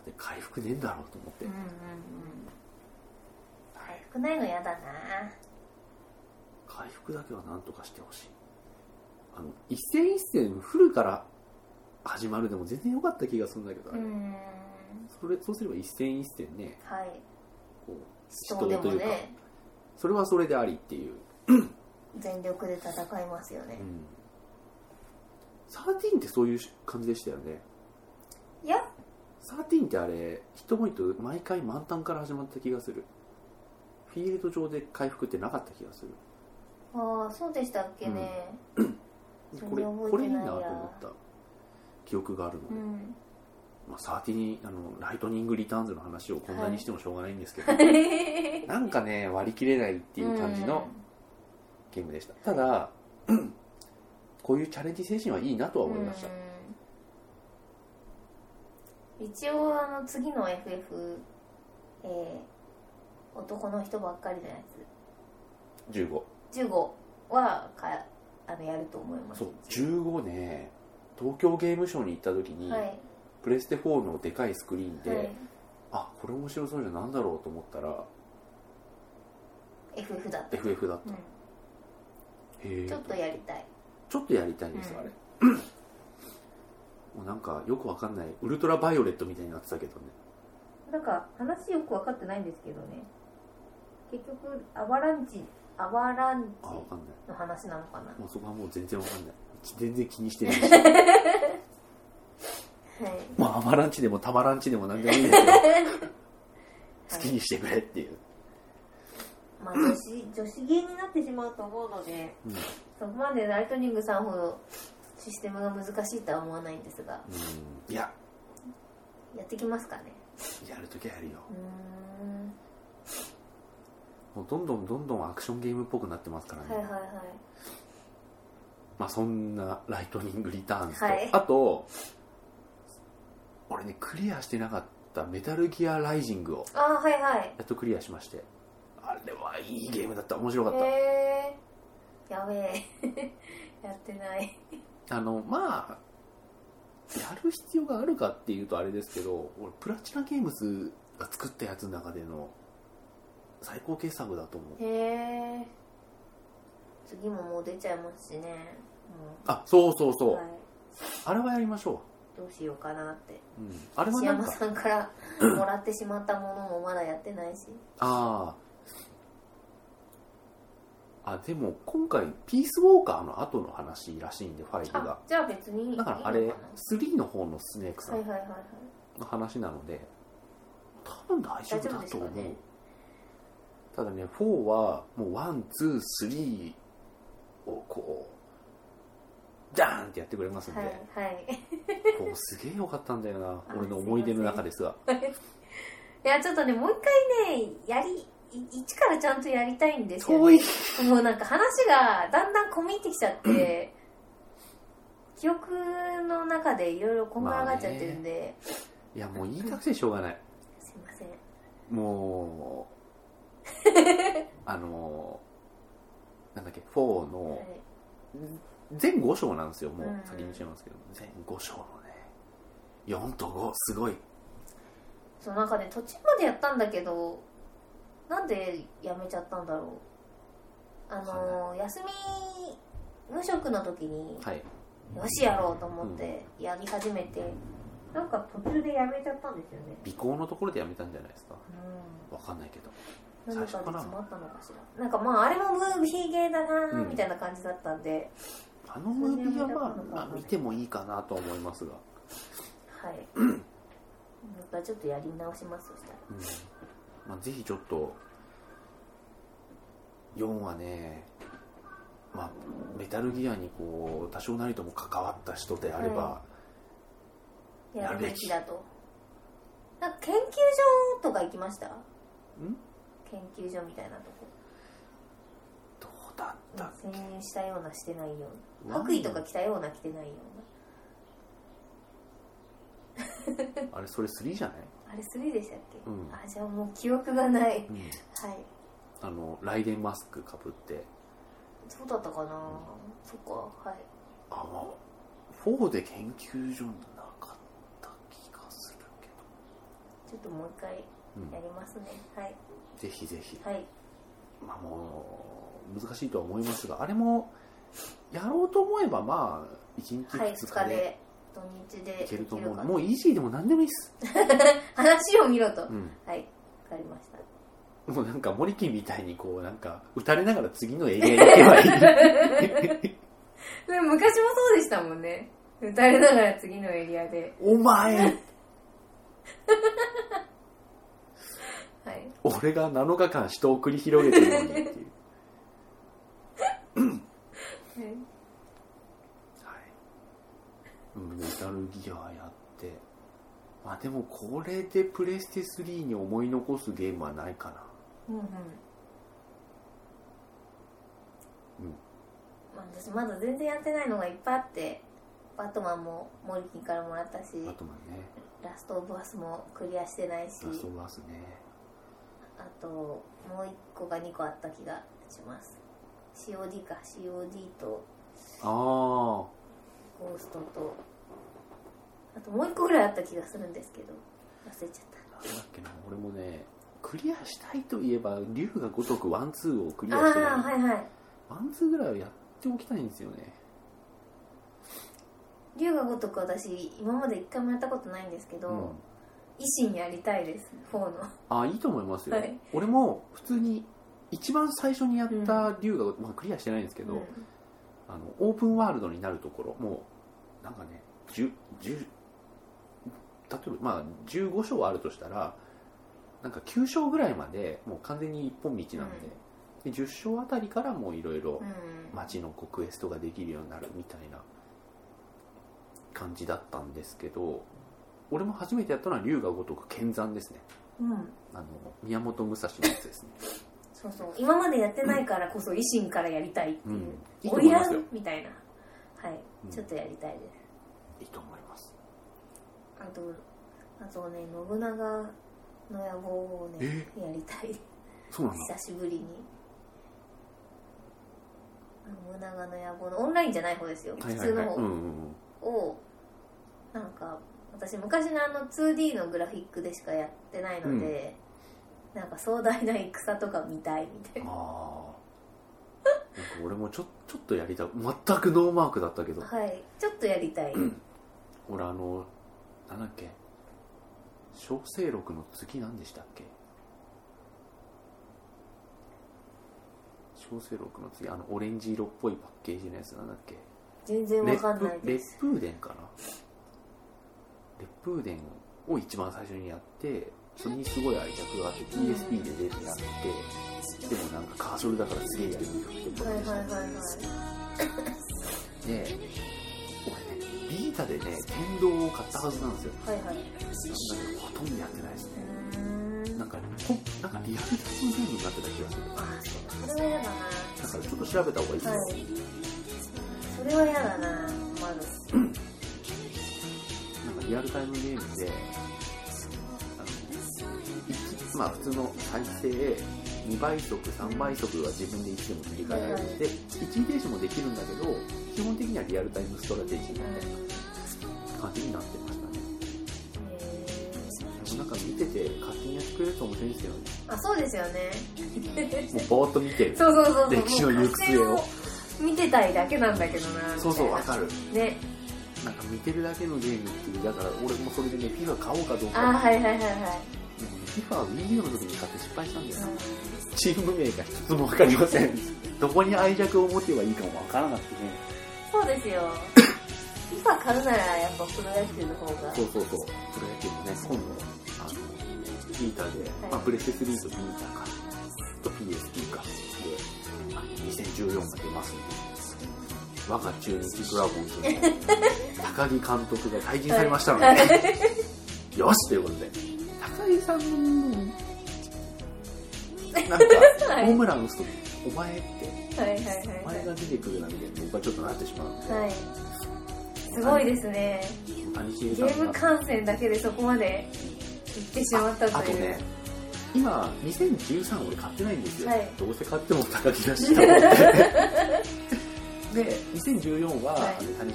[SPEAKER 1] って回復ねえんだろうと思って、
[SPEAKER 2] うんうんうん
[SPEAKER 1] はい
[SPEAKER 2] 少ないの嫌だな
[SPEAKER 1] 回復だけはなんとかしてほしいあの一戦一戦フルから始まるでも全然良かった気がするんだけど、あ
[SPEAKER 2] う
[SPEAKER 1] れ
[SPEAKER 2] ん
[SPEAKER 1] それそうすれば一戦一戦ね
[SPEAKER 2] はい
[SPEAKER 1] こう
[SPEAKER 2] 死闘でもね
[SPEAKER 1] それはそれでありっていう、
[SPEAKER 2] 全力で戦いますよね
[SPEAKER 1] う、ん、13ってそういう感じでしたよね
[SPEAKER 2] いや
[SPEAKER 1] 13ってあれ一ポイント毎回満タンから始まった気がするフィールド上で回復ってなかった気がする
[SPEAKER 2] ああそうでしたっけね全
[SPEAKER 1] こ
[SPEAKER 2] 然覚えてない
[SPEAKER 1] れ
[SPEAKER 2] や
[SPEAKER 1] これいいなと思った記憶があるの
[SPEAKER 2] う
[SPEAKER 1] で、
[SPEAKER 2] ん、
[SPEAKER 1] まあ、13あのライトニングリターンズの話をこんなにしてもしょうがないんですけど、
[SPEAKER 2] って
[SPEAKER 1] なんかね割り切れないっていう感じのゲームでした、ただこういうチャレンジ精神はいいなとは思いました、
[SPEAKER 2] うん一応あの次の FF、えー男の人ばっかりのや
[SPEAKER 1] 15
[SPEAKER 2] つ15はかあのやると思います
[SPEAKER 1] そう15ね東京ゲームショウに行った時に、
[SPEAKER 2] はい
[SPEAKER 1] プレステ4のでかいスクリーンで、
[SPEAKER 2] はい
[SPEAKER 1] あこれ面白そうじゃなんだろうと思ったら
[SPEAKER 2] FF だった、
[SPEAKER 1] FF だった、
[SPEAKER 2] うん
[SPEAKER 1] へえ
[SPEAKER 2] ちょっとやりたい
[SPEAKER 1] ちょっとやりたいんです、
[SPEAKER 2] うん
[SPEAKER 1] あれ もうなんかよくわかんないウルトラバイオレットみたいになってたけどね
[SPEAKER 2] なんか話よく分かってないんですけどね結局アバランチアバランチ
[SPEAKER 1] あわかんない
[SPEAKER 2] の話なのかな
[SPEAKER 1] もうそこはもう全然わかんない全然気にして ないし
[SPEAKER 2] はい
[SPEAKER 1] まあアマランチでもタマランチでも何でもいいですよ好きにしてくれっていう、
[SPEAKER 2] まあ、女子女子芸になってしまうと思うので
[SPEAKER 1] うんうん
[SPEAKER 2] そこまでライトニングさんほどシステムが難しいとは思わないんですが
[SPEAKER 1] いや
[SPEAKER 2] やってきますかね
[SPEAKER 1] やるときはやるよ
[SPEAKER 2] うーん
[SPEAKER 1] もうどんどんどんどんアクションゲームっぽくなってますからね、
[SPEAKER 2] はいはいは
[SPEAKER 1] まあそんなライトニングリターンズと、
[SPEAKER 2] はい
[SPEAKER 1] あと俺ねクリアしてなかったメタルギアライジングを
[SPEAKER 2] いああはいはい
[SPEAKER 1] やっとクリアしましてあれはいいゲームだった面白かっ
[SPEAKER 2] へえやべえ やってない
[SPEAKER 1] たあのまあやる必要があるかっていうとあれですけど俺プラチナゲームズが作ったやつの中での最高傑作だと思う
[SPEAKER 2] へえ次ももう出ちゃいますしね
[SPEAKER 1] あそうそう
[SPEAKER 2] も
[SPEAKER 1] そうう、
[SPEAKER 2] はい
[SPEAKER 1] あれはやりましょ
[SPEAKER 2] どうしようかなって
[SPEAKER 1] う、うん、あれは
[SPEAKER 2] 石
[SPEAKER 1] なん
[SPEAKER 2] 山
[SPEAKER 1] か
[SPEAKER 2] さんからもらってしまったものもまだやってないし
[SPEAKER 1] あああでも今回ピースウォーカーの後の話らしいんでファイル
[SPEAKER 2] あ
[SPEAKER 1] が
[SPEAKER 2] じゃあ別にいいの
[SPEAKER 1] だ
[SPEAKER 2] か
[SPEAKER 1] か
[SPEAKER 2] な
[SPEAKER 1] らあれ3の方のスネークさ
[SPEAKER 2] はい
[SPEAKER 1] ん
[SPEAKER 2] はいはいはい
[SPEAKER 1] の話なので多分大丈
[SPEAKER 2] 大
[SPEAKER 1] 夫だと思う
[SPEAKER 2] 丈夫ですかね
[SPEAKER 1] ただね4はもう123をこうダーンってやってくれますんで、
[SPEAKER 2] はいはい
[SPEAKER 1] こうすげえ良かったんだよ な
[SPEAKER 2] あ
[SPEAKER 1] 俺の思い出の中ですが
[SPEAKER 2] いやちょっとねもう一回ねやりい一からちゃんとやりたいんですよ、
[SPEAKER 1] 遠
[SPEAKER 2] ね、
[SPEAKER 1] い
[SPEAKER 2] もうなんか話がだんだん込み入ってきちゃって 記憶の中でいろいろこんがらがっちゃってるんで、
[SPEAKER 1] いやもう言いたくてしょうがない
[SPEAKER 2] すいません
[SPEAKER 1] もあのーなんだっけ4の全5章なんですよも
[SPEAKER 2] うん
[SPEAKER 1] う先に言っちゃいますけど全5章のね4と5すごい
[SPEAKER 2] そうなんかね途中までやったんだけどなんでやめちゃったんだろうあのー休み無職の時に
[SPEAKER 1] はい
[SPEAKER 2] よしやろうと思ってやり始めて、なんか途中でやめちゃったんですよね
[SPEAKER 1] 尾行のところでやめたんじゃないですか
[SPEAKER 2] う
[SPEAKER 1] わかんないけど
[SPEAKER 2] ん
[SPEAKER 1] 最
[SPEAKER 2] 何
[SPEAKER 1] 初
[SPEAKER 2] か
[SPEAKER 1] か
[SPEAKER 2] で
[SPEAKER 1] な
[SPEAKER 2] 詰まったのかしらなんかまああれもムービーゲーだな
[SPEAKER 1] う
[SPEAKER 2] ー
[SPEAKER 1] ん
[SPEAKER 2] みたいな感じだったんで、
[SPEAKER 1] あのムービーは
[SPEAKER 2] それでやめたのか
[SPEAKER 1] ま
[SPEAKER 2] な
[SPEAKER 1] あ、まあ見てもいいかなと思いますが、
[SPEAKER 2] はい またちょっとやり直しますそしたら
[SPEAKER 1] うんまあ、ぜひちょっと4はね、まあ、メタルギアにこう多少なりとも関わった人であれば、
[SPEAKER 2] やるべきだとなんか研究所とか行きました
[SPEAKER 1] ん
[SPEAKER 2] 研究所みたいなとこ
[SPEAKER 1] どうだった
[SPEAKER 2] 潜入したようなしてないような
[SPEAKER 1] ワン
[SPEAKER 2] 白衣とか着たような着てないよ
[SPEAKER 1] あれそれ3じゃない、
[SPEAKER 2] うなあれ3でしたっけ、
[SPEAKER 1] うん
[SPEAKER 2] あじゃあもう記憶がないはい
[SPEAKER 1] うん、あのライデンマスクかぶって
[SPEAKER 2] そうだったかな、そっかはい
[SPEAKER 1] あまあ4で研究所なかった気がするけ
[SPEAKER 2] ちょっともう一回
[SPEAKER 1] ど、うん
[SPEAKER 2] やりますね、はい
[SPEAKER 1] ぜひぜひ
[SPEAKER 2] はい
[SPEAKER 1] まあ、もう難しいとは思いますがあれもやろうと思えばまあ1日
[SPEAKER 2] はい
[SPEAKER 1] 2日
[SPEAKER 2] 2日
[SPEAKER 1] で
[SPEAKER 2] で土日で
[SPEAKER 1] いけると思う、
[SPEAKER 2] かな
[SPEAKER 1] もうイージーでも何でもいいっす、
[SPEAKER 2] 話を見ろと、
[SPEAKER 1] うん
[SPEAKER 2] はいわかりま した
[SPEAKER 1] もうなんか森木みたいにこうなんか打たれながら次のエリアに行け ばいい
[SPEAKER 2] でも昔もそうでしたもんね打たれながら次のエリアで
[SPEAKER 1] お前
[SPEAKER 2] はい
[SPEAKER 1] 俺が7日間人を繰り広げてるのにっていう、はい、うんメタルギアやってまあでもこれでプレステ3に思い残すゲームはないかな
[SPEAKER 2] うんうん
[SPEAKER 1] うん
[SPEAKER 2] まあ私まだ全然やってないのがいっぱいあってバットマンもモリキンからもらったし
[SPEAKER 1] あとまあね
[SPEAKER 2] ラストオブアスもクリアしてないし
[SPEAKER 1] ラストオブアスね
[SPEAKER 2] あともう1個か2個あった気がします COD か COD と
[SPEAKER 1] あ
[SPEAKER 2] ゴーストとあともう1個ぐらいあった気がするんですけど忘れちゃっ
[SPEAKER 1] あなんだっけな俺もねクリアしたいといえば竜が如くワンツーをクリ
[SPEAKER 2] た
[SPEAKER 1] ア
[SPEAKER 2] あ
[SPEAKER 1] してない
[SPEAKER 2] あーはいはい
[SPEAKER 1] ワンツーぐらいはやっておきたいんですよね
[SPEAKER 2] 龍が如く私今まで1回もやったことないんですけど、
[SPEAKER 1] うん
[SPEAKER 2] 維新やりたいです4の
[SPEAKER 1] あいいと思いますよ、
[SPEAKER 2] はい
[SPEAKER 1] 俺も普通に一番最初にやった竜が、まあ、クリアしてないんですけど、
[SPEAKER 2] うん
[SPEAKER 1] あのオープンワールドになるところもうなんかね10 10例えばまあ15章あるとしたらなんか9章ぐらいまでもう完全に一本道なんで,、で10章あたりからもういろいろ
[SPEAKER 2] うん
[SPEAKER 1] 街のこうクエストができるようになるみたいな感じだったんですけど俺も初めてやったのは龍が如く剣山ですね
[SPEAKER 2] うん、
[SPEAKER 1] あの宮本武蔵のやつですね、
[SPEAKER 2] そうそう今までやってないからこそ維新からやりたいって
[SPEAKER 1] う
[SPEAKER 2] い
[SPEAKER 1] ん
[SPEAKER 2] う、、
[SPEAKER 1] いいと
[SPEAKER 2] お
[SPEAKER 1] 思い
[SPEAKER 2] い
[SPEAKER 1] ま
[SPEAKER 2] ら
[SPEAKER 1] すよ
[SPEAKER 2] んみたいなはい、
[SPEAKER 1] うん
[SPEAKER 2] ちょっとやりたいです
[SPEAKER 1] いいと思います
[SPEAKER 2] あとあとね信長の野望をねやりたい
[SPEAKER 1] そうなんだ
[SPEAKER 2] 久しぶりに信長の野望のオンラインじゃない方ですよ、
[SPEAKER 1] はいは
[SPEAKER 2] 普
[SPEAKER 1] い
[SPEAKER 2] 通の
[SPEAKER 1] は
[SPEAKER 2] 方、
[SPEAKER 1] いうんうんうん
[SPEAKER 2] をなんか私昔のあの 2D のグラフィックでしかやってないので、なんか壮大な戦とか見たいみたいな
[SPEAKER 1] ああなんか俺もちょちょっとやりたい全くノーマークだったけど
[SPEAKER 2] はいちょっとやりたい、
[SPEAKER 1] 俺あのなんだっけ小生録の次何でしたっけ小生録の次あのオレンジ色っぽいパッケージのやつなんだっけ
[SPEAKER 2] 全然わかんないで
[SPEAKER 1] 烈
[SPEAKER 2] す
[SPEAKER 1] 風伝かな烈風伝を一番最初にやってそれにすごい愛着があって PSP で出てやってでもなんかカーソルだからすげえやりにくくて
[SPEAKER 2] はいはいはいはい
[SPEAKER 1] で俺ねビータでね天童を買ったはずなんですよ
[SPEAKER 2] はいはい
[SPEAKER 1] なんだけどほとんどやってないですね
[SPEAKER 2] うーん
[SPEAKER 1] なんかほなんかリアルタイムゲームになってた気がする
[SPEAKER 2] あそうそれは嫌だ
[SPEAKER 1] だからちょっと調べた方がいいです
[SPEAKER 2] なはいそれは嫌だなまず
[SPEAKER 1] なんかリアルタイムゲームであのいきまあ普通の再生2倍速3倍速は自分でいつでも切り替えられるので一時停止もできるんだけど基本的にはリアルタイムストラテジーみたいな感じになってましたねでもなんか見てて勝手にやってくれると面白いですよね
[SPEAKER 2] あそうですよね
[SPEAKER 1] もうぼーっと見てる
[SPEAKER 2] そうそうそうそう
[SPEAKER 1] 歴史の行く末を
[SPEAKER 2] もう完成を見てたいだけなんだけどなみたいな
[SPEAKER 1] そうそうわかる
[SPEAKER 2] ね
[SPEAKER 1] なんか見てるだけのゲームっていうだから俺もそれでね FIFA 買おうかどう
[SPEAKER 2] あ
[SPEAKER 1] か
[SPEAKER 2] ーはいはいはいはい
[SPEAKER 1] でもね FIFA は Wii U の時に買って失敗したんだよなチーム名が一つも分かりませんどこに愛着を持てばいいかも分からなくてね
[SPEAKER 2] そうですよ FIFA 買うならやっぱプロ野球の方が
[SPEAKER 1] そうそうそうプロ野球もね今度あのビーターで、
[SPEAKER 2] はい
[SPEAKER 1] まあ、プレステ3とビーターかと PSP かであの2014が出ますんで我が中日ドラゴンズの高木監督が退陣されましたので、
[SPEAKER 2] はい
[SPEAKER 1] よしということで高木さんのなんか
[SPEAKER 2] はい
[SPEAKER 1] ホームラン打つとお前って
[SPEAKER 2] はいはい
[SPEAKER 1] お
[SPEAKER 2] はい
[SPEAKER 1] 前が出てくるなみたいな僕はちょっとなってしまうので、
[SPEAKER 2] はいはいすごいですね
[SPEAKER 1] 谷
[SPEAKER 2] ゲ
[SPEAKER 1] 繁さんが
[SPEAKER 2] ーム観戦だけでそこまで行ってしまった
[SPEAKER 1] あ
[SPEAKER 2] と
[SPEAKER 1] と
[SPEAKER 2] いう
[SPEAKER 1] ね今2013俺買ってないんですよ、
[SPEAKER 2] はい
[SPEAKER 1] どうせ買っても高木だしと思ってで2014は、
[SPEAKER 2] はい
[SPEAKER 1] あの谷繁監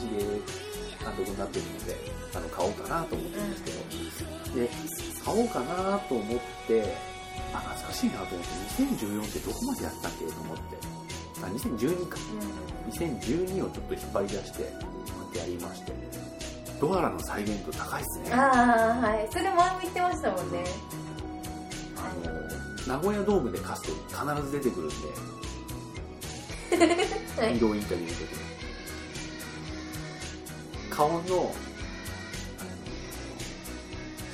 [SPEAKER 1] 督になってるのであの買おうかなと思ってるんですけど、で買おうかなと思ってあ懐かしいなと思って2014ってどこまでやったっけと思ってあ2012か2012をちょっと引っ張り出してやりましてドアラの再現度高いっすね
[SPEAKER 2] うん、ああはいそれ前も言ってましたもんね
[SPEAKER 1] あの名古屋ドームで勝つと必ず出てくるんで
[SPEAKER 2] はい
[SPEAKER 1] 移動インタビューの時に顔のあの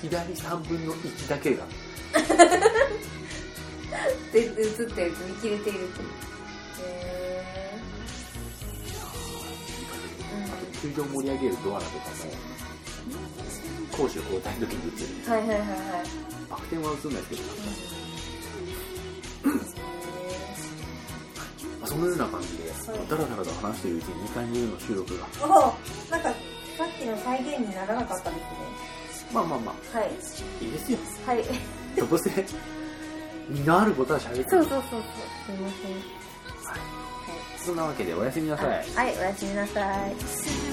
[SPEAKER 1] 左3分の1だけが
[SPEAKER 2] で映ったやつ見切れているってへえ
[SPEAKER 1] あと球場盛り上げるドアラとかも攻守交代の時に映る
[SPEAKER 2] はいはいはいはい
[SPEAKER 1] バク転は映んないですけど、まあ、そのような感じで
[SPEAKER 2] い
[SPEAKER 1] ダラダラと話しているうちに2回目の収録が
[SPEAKER 2] おなんかさっきの再現にならなかったですね
[SPEAKER 1] まあまあま
[SPEAKER 2] はい
[SPEAKER 1] あいいですよ
[SPEAKER 2] はい
[SPEAKER 1] どうせ 身のあることは喋ってる
[SPEAKER 3] そうそうそうそうすいま
[SPEAKER 1] そんなわけでおやすみなさい
[SPEAKER 3] せんはいおやすみなさい
[SPEAKER 4] 「それでも